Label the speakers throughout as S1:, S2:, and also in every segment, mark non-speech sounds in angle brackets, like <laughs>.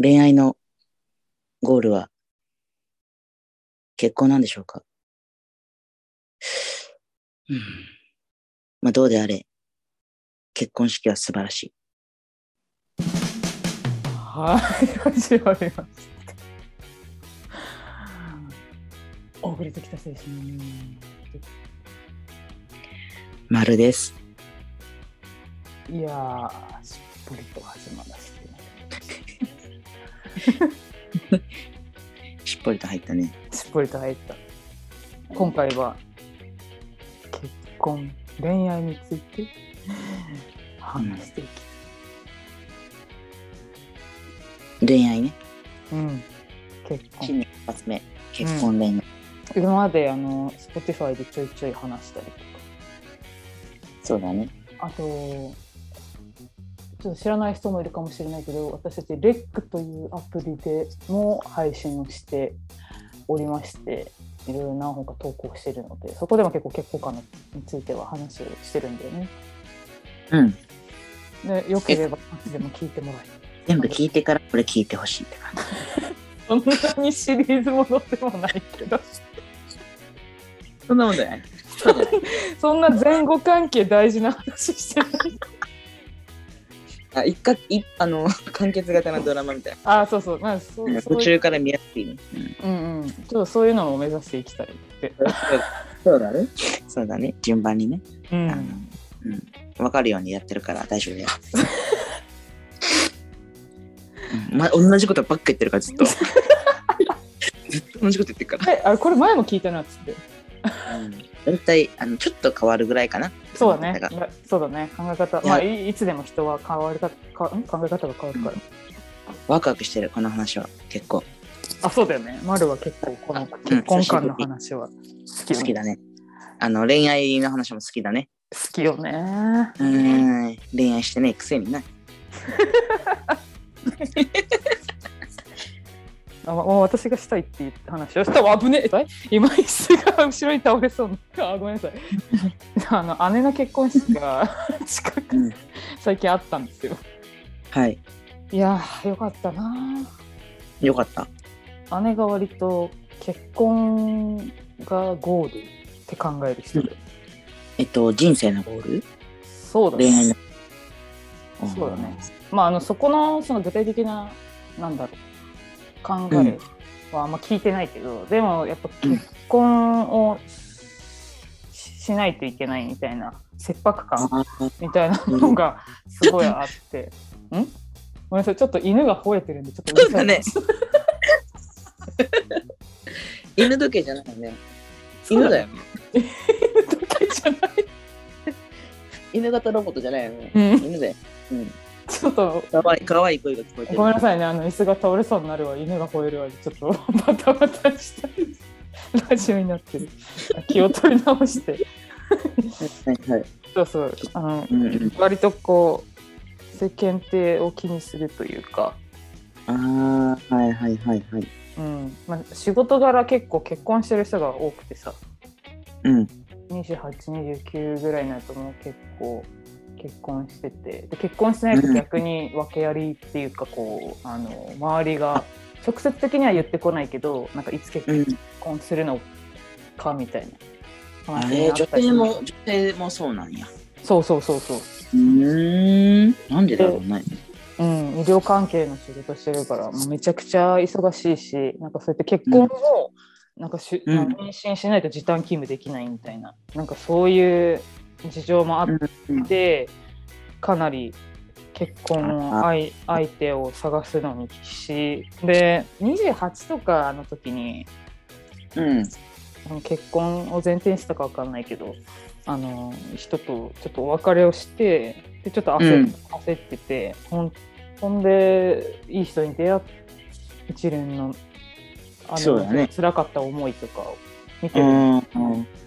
S1: 恋愛のゴールは結婚なんでしょうか、うん、まあどうであれ、結婚式は素晴らしい。
S2: はい、始まりました。遅れてきた青春。
S1: 丸です。
S2: いやー、しっぽりと始まらせて。
S1: しっぽりと入ったね。
S2: しっぽりと入った。今回は、結婚、恋愛について話していき
S1: 恋愛ね。
S2: たい。うん、結婚
S1: 新。年一発目。結婚恋愛。
S2: 今まであの Spotify でちょいちょい話したりと
S1: そうだね。
S2: かあとちょっと知らない人もいるかもしれないけど私たち REC というアプリでも配信をしておりましていろいろ何本か投稿してるのでそこでも結構結婚観については話をしてるんだよね
S1: うん。
S2: でよければいつでも聞いてもらえ
S1: 全部聞いてからこれ聞いてほしいって感じ。
S2: そんなにシリーズものでもないけど
S1: そんなことない。
S2: <laughs>
S1: <laughs>
S2: そんな前後関係大事な話してない
S1: あ、一か、一、あの、完結型のドラマみたい
S2: ああそうそうまあそう
S1: な。
S2: そう
S1: 途
S2: いう
S1: 中から見やすいね。うん
S2: うんうんちょっとそういうのも目指していきたいって
S1: そうだね。そうだね。順番にね。
S2: う
S1: あのう
S2: ん、
S1: ん。わかるようにやってるから大丈
S2: <laughs>
S1: 夫だよ。うんま、同じことばっか言ってるからずっ
S2: <laughs>
S1: と。ずっと同じこと言ってるか
S2: であこれ前も聞いたなっつって
S1: ら。うん大体、あの、ちょっと変わるぐらいかな。
S2: そうだ
S1: 考え
S2: ね
S1: 方が
S2: そうだね考え方
S1: いや
S2: まあいいつでも人は変わり方かん考え方が変わるから、
S1: うワクワクしてる、この話は。結構
S2: あそうだよね丸は結構この結婚観の話は好き,、
S1: 好きだね。あの、恋愛の話も好きだね。
S2: 好きよね
S1: うーん。恋愛してねえくせにな。
S2: あまあ私がしたいっていう話をしたわ危ねえ今椅子が後ろに倒れそうな <laughs> あごめんなさいあの姉の結婚式が近く
S1: うん。
S2: 最近あったんですよ
S1: はい。
S2: いやーよかったな
S1: よかった。
S2: 姉が割と結婚がゴールって考える人で、
S1: えっと、人生のゴール
S2: そうだ
S1: 恋愛の
S2: ね。。そうだね。まああのそこのその具体的ななんだろう考えはあんま聞いてないけど、でもやっぱ結婚をししないといけないみたいな切迫
S1: あ
S2: 感
S1: ー
S2: みたいなのがすごいあって。ん？ごめんなさいちょっと犬が吠えてるんでちょっとうるさいな。
S1: <laughs> 犬時計じゃないよね。犬だよね。
S2: 犬時計じゃない。
S1: 犬型ロボットじゃないよね。
S2: <laughs> うん
S1: 犬だよ。うん。
S2: ちょっと
S1: かわいい、かわいい声が聞こえてる。
S2: ごめんなさいね、あの椅子が倒れそうになるわ、犬が吠えるわで、ちょっとバタバタしたラジオになってる。気を取り直して。
S1: はいはい。
S2: そうそう、あの
S1: うんうん。
S2: 割とこう、世間体を気にするというか、
S1: ああ、はいはいはいはい。
S2: うんまあ、仕事柄結構結婚してる人が多くてさ、
S1: うん。
S2: 28、29ぐらいになるともう結構結婚してて、で結婚してないと逆に訳ありっていうか、こう、あの周りが直接的には言ってこないけど、なんかいつ結
S1: うん。
S2: 結婚するのかみたいな
S1: あ
S2: 話に
S1: れ、
S2: なっ
S1: 女
S2: たり
S1: 性も、女性もそうなんや。
S2: そうそうそうそう、
S1: うーん。なんでだろうね。
S2: うん、医療関係の仕事してるからもうめちゃくちゃ忙しいしなんかそうやって結婚も、なんかしゅ、
S1: うん
S2: 妊娠しないと時短勤務できないみたいななんかそういう事情もあって、かなり結婚の相相手を探すのに必死で28とかの時に
S1: うん。
S2: その結婚を前提にしたかわかんないけどあの人とちょっとお別れをしてでちょっと焦,、
S1: うん
S2: 焦っててほんほんでいい人に出会って一連のあ
S1: そうだね
S2: 辛かった思いとかを見て
S1: う
S2: る
S1: ん。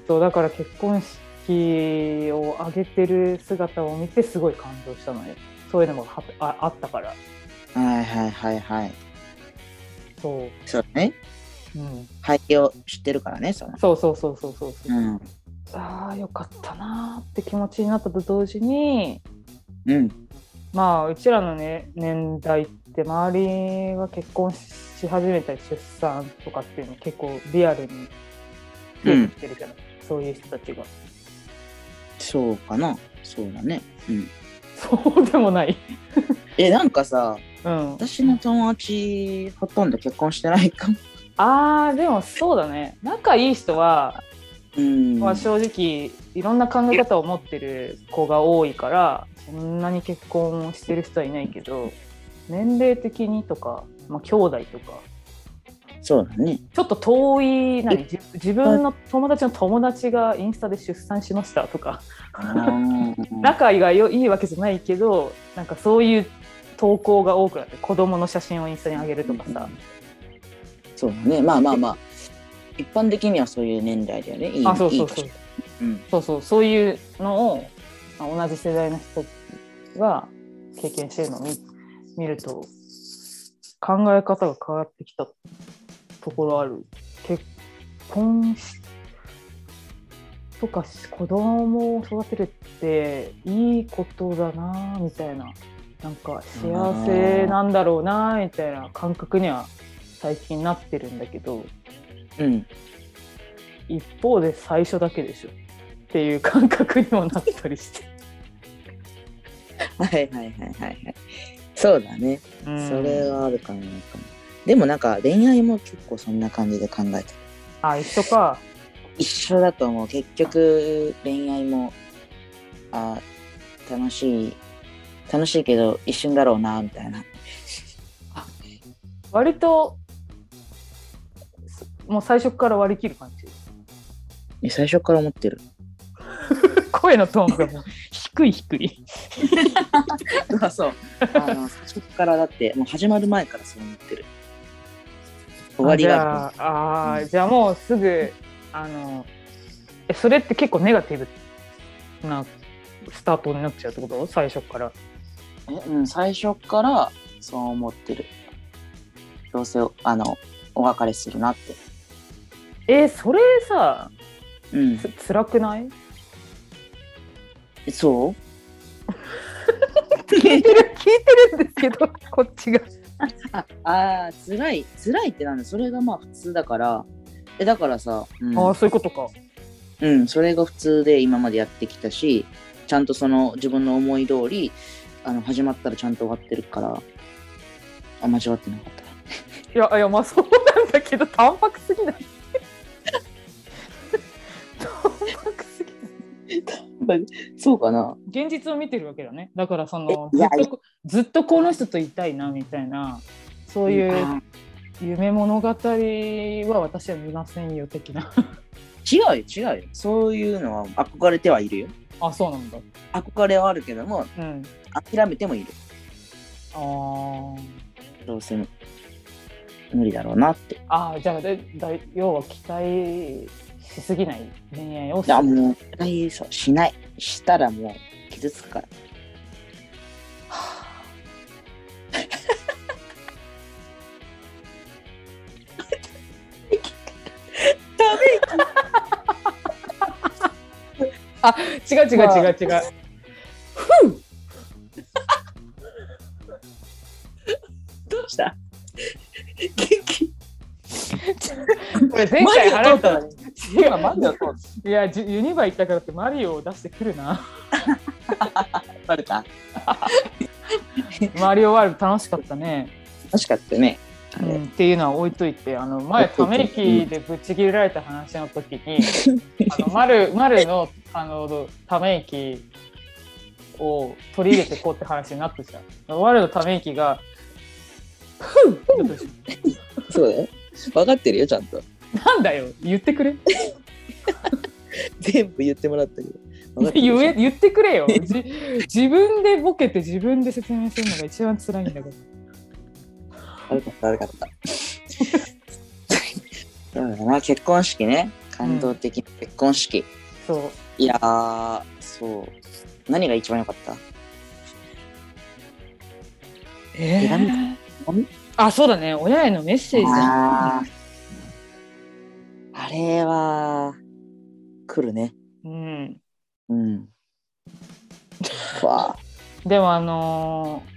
S2: とだから結婚式を挙げてる姿を見てすごい感動したのよそういうのもはああったから
S1: はいはいはいはい。
S2: そ
S1: そうね。
S2: う、うん、
S1: 背景を知ってるからね、その。
S2: そうそうそうそうそうそう、
S1: うん。
S2: ああよかったなーって気持ちになったと同時に
S1: うん。
S2: まあうちらの、ね、年代って周りが結婚し始めたり出産とかっていうの結構リアルに出てきてるじゃない、そういう人たちが
S1: そうかなそうだねうん
S2: そうでもない
S1: えなんかさ
S2: うん
S1: 私の友達ほとんど結婚してないかも
S2: あーでもそうだね仲いい人は、
S1: うん
S2: まあ、正直いろんな考え方を持ってる子が多いからそんなに結婚をしてる人はいないけど年齢的にとか、まあ、兄弟とか
S1: そうだ <laughs> ね
S2: ちょっと遠い何自自分の友達の友達がインスタで出産しましたとか
S1: あー
S2: 仲がよいいわけじゃないけどなんかそういう投稿が多くなって子供の写真をインスタに上げるとかさ、
S1: そうだねまあまあまあ一般的にはそういう年代だよねいい
S2: あそうそうそ
S1: いういうん
S2: そうそうそういうのをまあ同じ世代の人が経験してるのを見見ると考え方が変わってきたところある結婚しとかし子供を育てるっていいことだなみたいななんか幸せなんだろうなみたいな感覚には最近なってるんだけど。
S1: うん
S2: 一方で最初だけでしょっていう感覚にもなったりして、
S1: はいはいはいはいはいそうだねそれはあるかもなんかもでもなんか恋愛も結構そんな感じで考えてる
S2: あ一緒か
S1: 一緒だと思う結局恋愛もあ楽しい楽しいけど一瞬だろうなみたいな
S2: 割とすもう最初から割り切る感じ <laughs>
S1: え最初から思ってる
S2: 声のトーンがもう低い低い
S1: <laughs> あ <laughs> そうあの最初からだってもう始まる前からそう思ってる終わりが
S2: あじゃああーじゃあもうすぐあのえそれって結構ネガティブなスタートになっちゃうってこと最初から
S1: あるえうん最初からそう思ってるどうせあのお別れするなって
S2: えそれさ
S1: うん
S2: つ辛くない
S1: えそう
S2: 聞いてる聞いてるんですけどこっちが
S1: ああー辛い辛いってなんだそれがまあ普通だからえだからさ、うん
S2: ああそういうことか
S1: うん、それが普通で今までやってきたしちゃんとその自分の思い通りあの始まったらちゃんと終わってるからあ間違ってなかった
S2: いやいやまあそうなんだけど淡白すぎない淡白すぎない
S1: <laughs> そうかな
S2: 現実を見てるわけだねだからその
S1: えい
S2: ず
S1: や
S2: っとこずっとこの人といたいなみたいなそうい
S1: ん
S2: う
S1: あ
S2: 夢物語は私は見ませんよ的な
S1: 違うよ違うよそういうのは憧れてはいるよ
S2: あそうなんだ
S1: 憧れはあるけども
S2: うん
S1: 諦めてもいる
S2: あー
S1: どうせ無理だろうなって
S2: あーじゃあでだ要は期待しすぎない恋愛をす
S1: あ
S2: る
S1: もう絶対そうしないしたらもう傷つくからまあ
S2: 違う違う違う違う、
S1: どうした元気
S2: これ前回話した
S1: マ
S2: 違う
S1: マジだと
S2: いやジュユニバ行ったからってマリオを出してくるな
S1: バレた
S2: マリオワールド楽しかったね
S1: 楽しかったねあ
S2: う
S1: れ
S2: ん、っていうのは置いといてあの前ため息でぶっち切れられた話の時に <laughs> あの丸丸のあのため息を取り入れてこうって話になってた丸のため息が「ふう!」
S1: そうだよ。分かってるよ、ちゃんと。
S2: なんだよ言ってく <laughs> れ
S1: 全部言ってもらったけど。分かってる
S2: 言え言ってくれよじ自分でボケて自分で説明するのが一番辛いんだけど
S1: 悪かった、悪かった。そうだな、結婚式ね。感動的な結婚式。
S2: そう
S1: いやー、そう。何が一番良かった
S2: え
S1: 手紙紙
S2: あそうだね親へのメッセージだ
S1: あーあれは、来るね。
S2: うん
S1: うん。わあ。
S2: でもあのー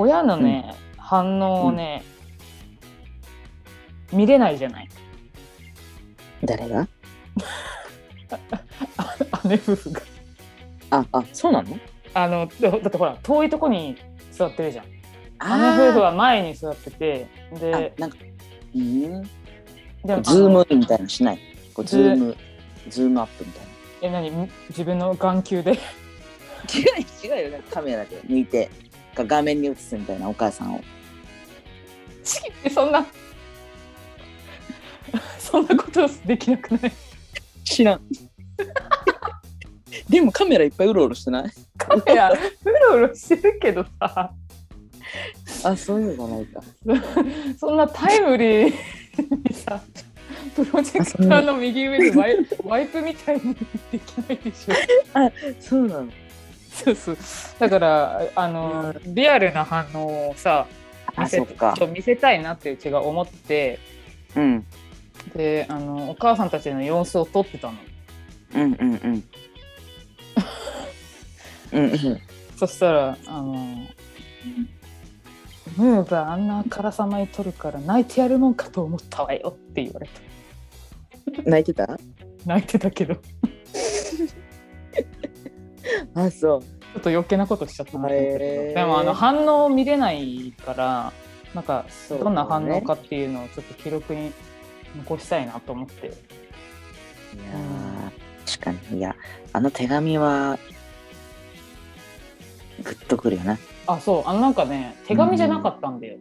S2: 親のね、反応をね、見れないじゃない <laughs>
S1: 誰が
S2: あ姉夫婦が
S1: あ、あ、そうなの
S2: あのだだってほら遠いとこに座ってるじゃん姉夫婦
S1: あ
S2: は前に座ってて
S1: ー
S2: で
S1: あ、なんか、うん。
S2: でも
S1: ズー
S2: あ
S1: ム
S2: の
S1: インみたいなのしない。こう
S2: ズ
S1: ズ
S2: ー
S1: ーム、ズームアップみたいな。
S2: え何自分の眼球で
S1: 違
S2: <laughs>
S1: う違うよ、なんかカメラで抜いて、が画面に映すみたいなお母さんを。
S2: そんなそんなことできなくない
S1: 知 <laughs> らん。でもカメラいっぱいうろうろしてない
S2: いやうろうろしてるけどさ
S1: あ、そういうのがないか。
S2: そんなタイムリーにさプロジェクターの右上でワイワイプみたいにできないでしょ
S1: そうなの。
S2: そうそうだからあの、リアルな反応をさ見
S1: あ、
S2: せ
S1: そっか
S2: ち。ょ見せたいなってうちが思って
S1: うん。
S2: であのお母さんたちの様子を撮ってたの
S1: うんうん <laughs> うん。うんうん。
S2: そしたらあのムーがあんなあからさまに撮るから泣いてやるもんかと思ったわよって言われた
S1: 泣いてた
S2: 泣いてたけどち
S1: あ、そう。
S2: ょっと余計なことしちゃったなと思ったけど
S1: へー
S2: でもあの反応を見れないからなんか
S1: そうだね
S2: どんな反応かっていうのをちょっと記録に残したいなと思って
S1: いやー確かに。いや、あの手紙は、グッとくるよな。
S2: あそうあのなんかね手紙じゃなかったんだよ、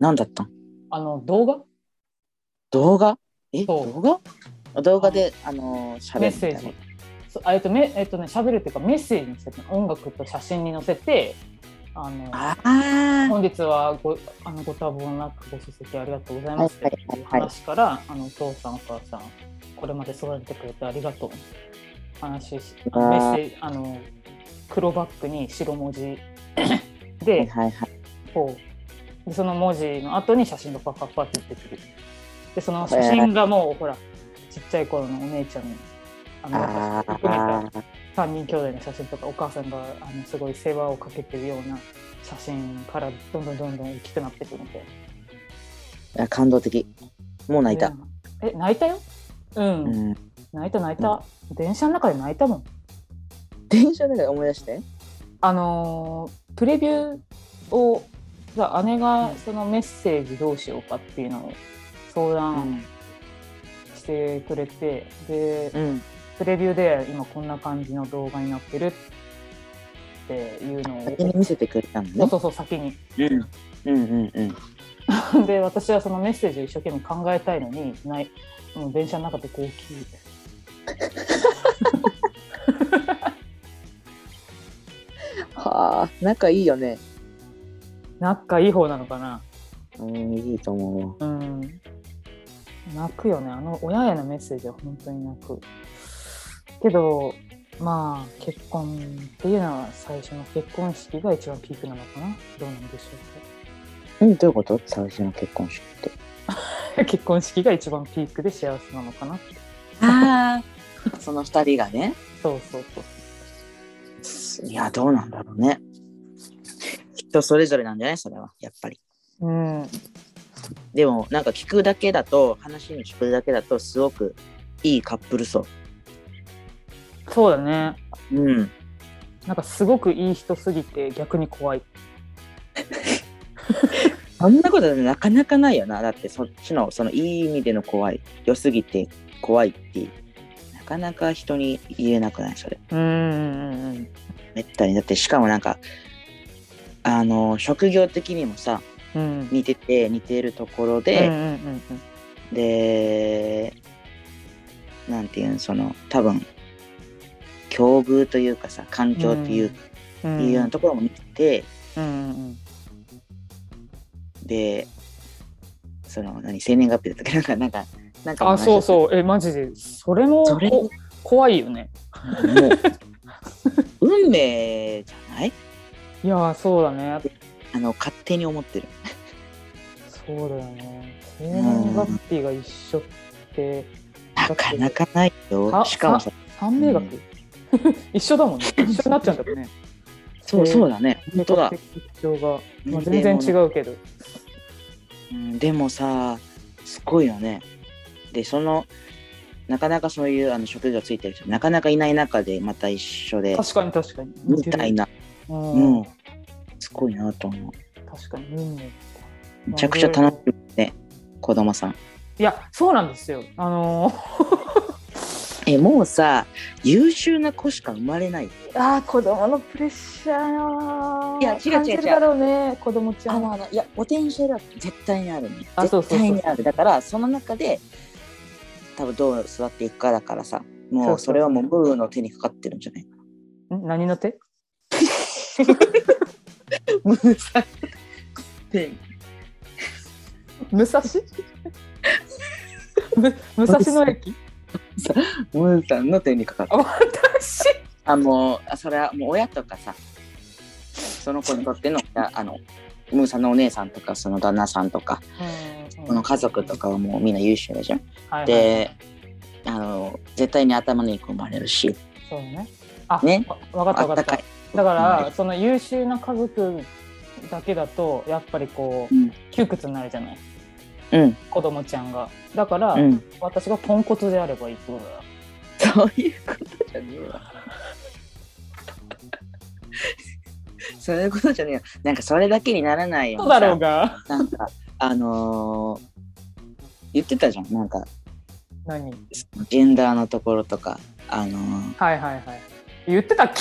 S1: なんだったん
S2: あの動画
S1: 動画え
S2: そう
S1: 動画動画で、あのー、喋る
S2: メッ
S1: みた
S2: セ
S1: い
S2: ー
S1: な
S2: ジ。そうあえっとめえっとね喋るっていうかメッセージに載せて音楽と写真に載せてあの
S1: ああ
S2: 本日はごあのご多忙なくご出席ありがとうございますって
S1: はいはい
S2: いう話から、あのお父さんお母さんこれまで育ててくれてありがとう話しメ
S1: うわ
S2: ッ
S1: ー
S2: セージあの黒バッグに白文字
S1: はい
S2: で
S1: はいはい。
S2: こうでその文字の後に写真がパッパッパッって出てくるでその写真がもうほらちっちゃい頃のお姉ちゃんのあの
S1: あ
S2: 私含めた
S1: あ
S2: 3人兄弟の写真とかお母さんがあのすごい世話をかけてるような写真からどんどんどんどん大きくなっていくので
S1: いや、感動的。もう泣いた。
S2: え泣いたようん、
S1: うん。
S2: 泣いた泣いた、電車の中で泣いたもん
S1: 電車で思い出して。
S2: あのープレビューをさ姉がそのメッセージどうしようかっていうのを相談してくれて、で
S1: うん。
S2: プレビューで今こんな感じの動画になってるっていうの
S1: 先に見せてくれたの
S2: を
S1: ね。
S2: そうそうそう先に
S1: うん。うんうんうん。
S2: <laughs> で私はそのメッセージを一生懸命考えたいのにないもう電車の中で号泣
S1: はあ、仲いいよね。
S2: 仲いい方なのかな
S1: うん、いいと思うわ。
S2: うん泣くよねあの親へのメッセージは本当に泣くけどまあ結婚っていうのは最初の結婚式が一番ピークなのかなどうなんでしょ
S1: うん、どういうこと最初の結婚式って。
S2: うか <laughs> 結婚式が一番ピークで幸せなのかなって
S1: ああ。 <laughs> その二人がね。
S2: そうそうそう
S1: いや、どうなんだろうね。人それぞれなんじゃないそれは、やっぱり。
S2: うん
S1: でも、なんか聞くだけだと、話に聞くだけだと、すごくいいカップル層。
S2: そうだね
S1: うん。
S2: なんかすごくいい人すぎて逆に怖い
S1: あんなことなかなかないよな。だって、そっちの、その、いい意味での怖い。良すぎて怖いって、なかなか人に言えなくないそれ。
S2: うんうんうんうん
S1: めったに。だって、しかもなんか、あの、職業的にもさ、
S2: うん
S1: 似てて、似てるところ
S2: うんう
S1: で、
S2: んうんうん
S1: でなんていうんその多分境遇というかさ環境っていう,、
S2: うん
S1: いうようなところも見てて
S2: うんうん
S1: でその何生年月日だったっけなんかなんかなんか
S2: あそう
S1: う
S2: そうえマジでそれも
S1: それ
S2: こ怖いよね
S1: もう運命じゃない
S2: いやーそうだね
S1: あの勝手に思ってる
S2: そうだよね生年月日が一緒って
S1: なかなかないよ
S2: さ
S1: しかもさ
S2: さ三名学、
S1: うん
S2: 一緒だもんね。一緒になっちゃうんだもんね。
S1: そうそうだね本当だ、
S2: 特徴が、まあ、全然違うけど。
S1: うん、でもさすごいよねでそのなかなかそういうあの職業ついてる人なかなかいない中でまた一緒で
S2: 確かに確かに。
S1: みたいな
S2: うん
S1: うんすごいなと思う
S2: 確かに運命
S1: めちゃくちゃ楽しいね子供さん
S2: いやそうなんですよあの
S1: えもうさ優秀な子しか生まれない
S2: ああ子供のプレッシャー
S1: いや違う違う
S2: 感じるだろうね子供ちゃ
S1: あ
S2: んは
S1: のあのいやポテンシャルは絶対にあるね
S2: あそう
S1: 絶
S2: そうそう
S1: 対にあるだからその中で多分どう座っていくかだからさ
S2: そう
S1: も
S2: そうう
S1: それはもうムーの手にかかってるんじゃない
S2: ん何の手
S1: ムーさん手
S2: 武蔵む <laughs> 武蔵野駅
S1: <laughs> ムーさんの手にかかってる
S2: あ私
S1: あもうあそれはもう親とかさその子にとってのああのムーさんのお姉さんとかその旦那さんとかこの家族とかはもうみんな優秀でしょ
S2: はいはい
S1: であの絶対に頭のいい子生まれるし
S2: そうねあ
S1: ね
S2: わわかったわかった
S1: い
S2: だか
S1: う
S2: ら
S1: ん
S2: その優秀な家族だけだとやっぱりこう
S1: うん
S2: 窮屈になるじゃない
S1: うん
S2: 子供ちゃんがだから、
S1: うん
S2: 私がポンコツであればいいってことだよ
S1: そういうことじゃね
S2: <laughs>
S1: えわ。そういうことじゃねえよ。なんかそれだけにならないよ
S2: そうう
S1: にさ
S2: だろうが
S1: なんか、あのー言ってたじゃん。なんか、
S2: 何
S1: ジェンダーのところとか、あのー
S2: はいはいはい言ってたっけ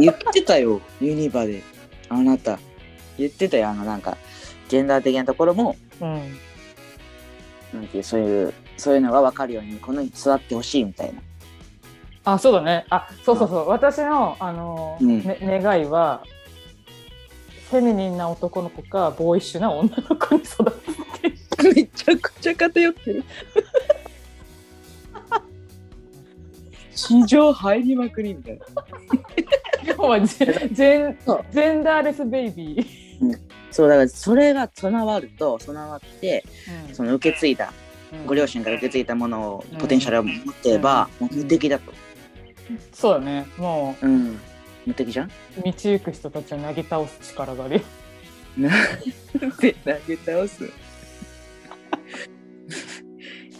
S1: 言ってたよ、ユニバで。あなた、言ってたよ、あの、なんか、ジェンダー的なところも、
S2: うん
S1: なんていう、そういう、そういうのが分かるように、この人座ってほしいみたいな。
S2: あそうだねあそうそうそう私の、あのー
S1: うん
S2: ね願いはフェミニンな男の子かボーイッシュな女の子に育つ
S1: <laughs> めちゃくちゃ偏って <laughs> る。市場入りまくりみたいな。
S2: 要はジェジェン
S1: そう
S2: ジェンダーレスベイビー、
S1: そうだからそれが備わると備わって
S2: うん
S1: その受け継いだ
S2: うん
S1: ご両親から受け継いだものを
S2: うん
S1: ポテンシャルを持ってれば、
S2: うん
S1: もう無敵だと。
S2: そうだねも
S1: うん、無敵じゃん。
S2: う道行く人たちをなぎ倒す力があるよ
S1: <laughs> で投げ倒す。 <laughs>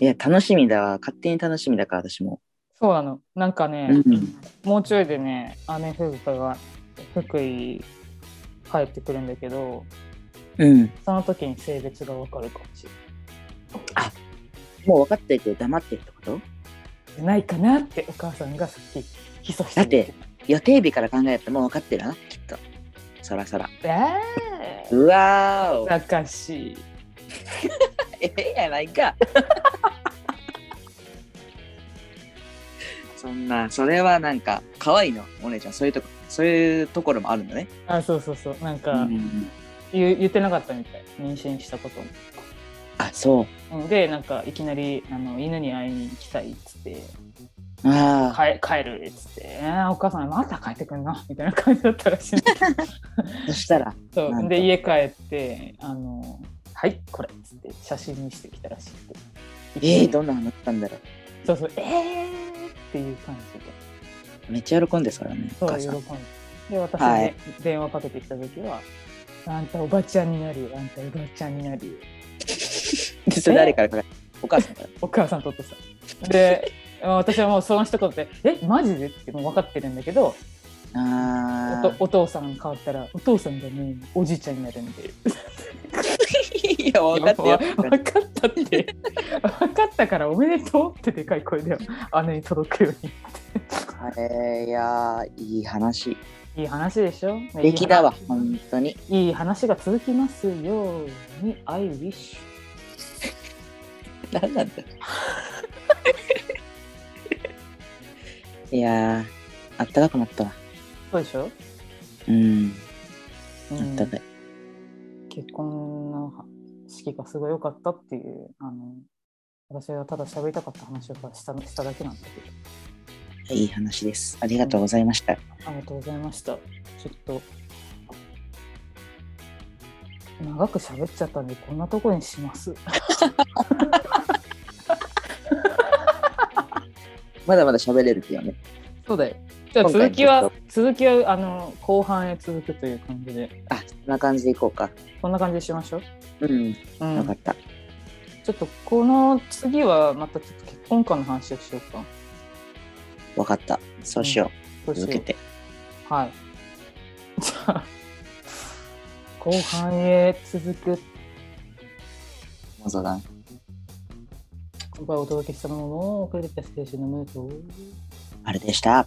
S1: いや楽しみだわ勝手に楽しみだから私も。
S2: そうなのなんかね、
S1: うん
S2: もうちょいでね姉夫婦が福井帰ってくるんだけど
S1: うん、
S2: その時に性別がわかるかもしれない
S1: もう分かってるけど黙ってるってこと
S2: じゃないかなってお母さんがさっきひそひそ
S1: だって予定日から考えたらもう分かってるなきっとそらそら
S2: ええ
S1: うわーお
S2: ー、おかしい
S1: <laughs> ええやないか <laughs> そんなそれはなんか可愛いのお姉ちゃんそういうとこそういうところもあるんだね、
S2: あそうそうそうなん
S1: う
S2: か、
S1: ん
S2: 言う言ってなかったみたい妊娠したことも
S1: あそう
S2: うんでなんかいきなりあの犬に会いに行きたいっつって「
S1: あ
S2: 帰帰る」っつって「えーお母さんまた帰ってくんな」みたいな感じだったらしい
S1: あそしたら
S2: そ
S1: なん
S2: う
S1: だ
S2: で家帰って「あのはいこれ」っつって写真見せてきたらしくて
S1: ええどんな話したんだろ
S2: そうそう「えー!」っていう感じで
S1: うめっちゃ喜んですからねお
S2: そう
S1: 母
S2: 喜
S1: さ
S2: ん
S1: ん
S2: でで私に、
S1: はい
S2: 電話かけてきた時は「あんたおばちゃんになるよあんたおばちゃんになるよ」
S1: でそれ誰からかかお母さんから
S2: お母さんとってさで私はもうその一言で「えマジで?」ってもう分かってるんだけどお
S1: あ
S2: とお父さん変わったらお父さんがねおじいちゃんになるんで
S1: ーいや分かってよ
S2: 分かったって分かったからおめでとうってでかい声で姉に届くよう
S1: えーいやーいい話
S2: にいい話でしょね
S1: 出来だわ本当に
S2: いい話が続きますように I wish
S1: 何なんだいやーあったかくなったわ
S2: そうでしょ、
S1: うんあ
S2: うん
S1: ったかい
S2: 結婚の式がすごい良かったっていうあの私がただ喋りたかった話をしたしただけなんだけど
S1: いい話ですありがとうございました、
S2: ありがとうございました。ちょっと長く喋っちゃったんでこんなとこにします。
S1: まだまだ喋れるけどね
S2: そうだよ。じゃあ続きは続きはあの後半へ続くという感じで
S1: あそんな感じでいこうか
S2: こんな感じでしましょう。
S1: うん、
S2: う
S1: よか
S2: ん
S1: っ、た
S2: ちょっとこの次はまたちょっと結婚観の話をしようか。
S1: わかったそうしよ
S2: ど
S1: う、
S2: うしよう
S1: 続けて
S2: はい。 <laughs> じゃあ後半へ続く
S1: もうそうだね
S2: 今回お届けしたものの遅れてきた青春のムードを
S1: あれでした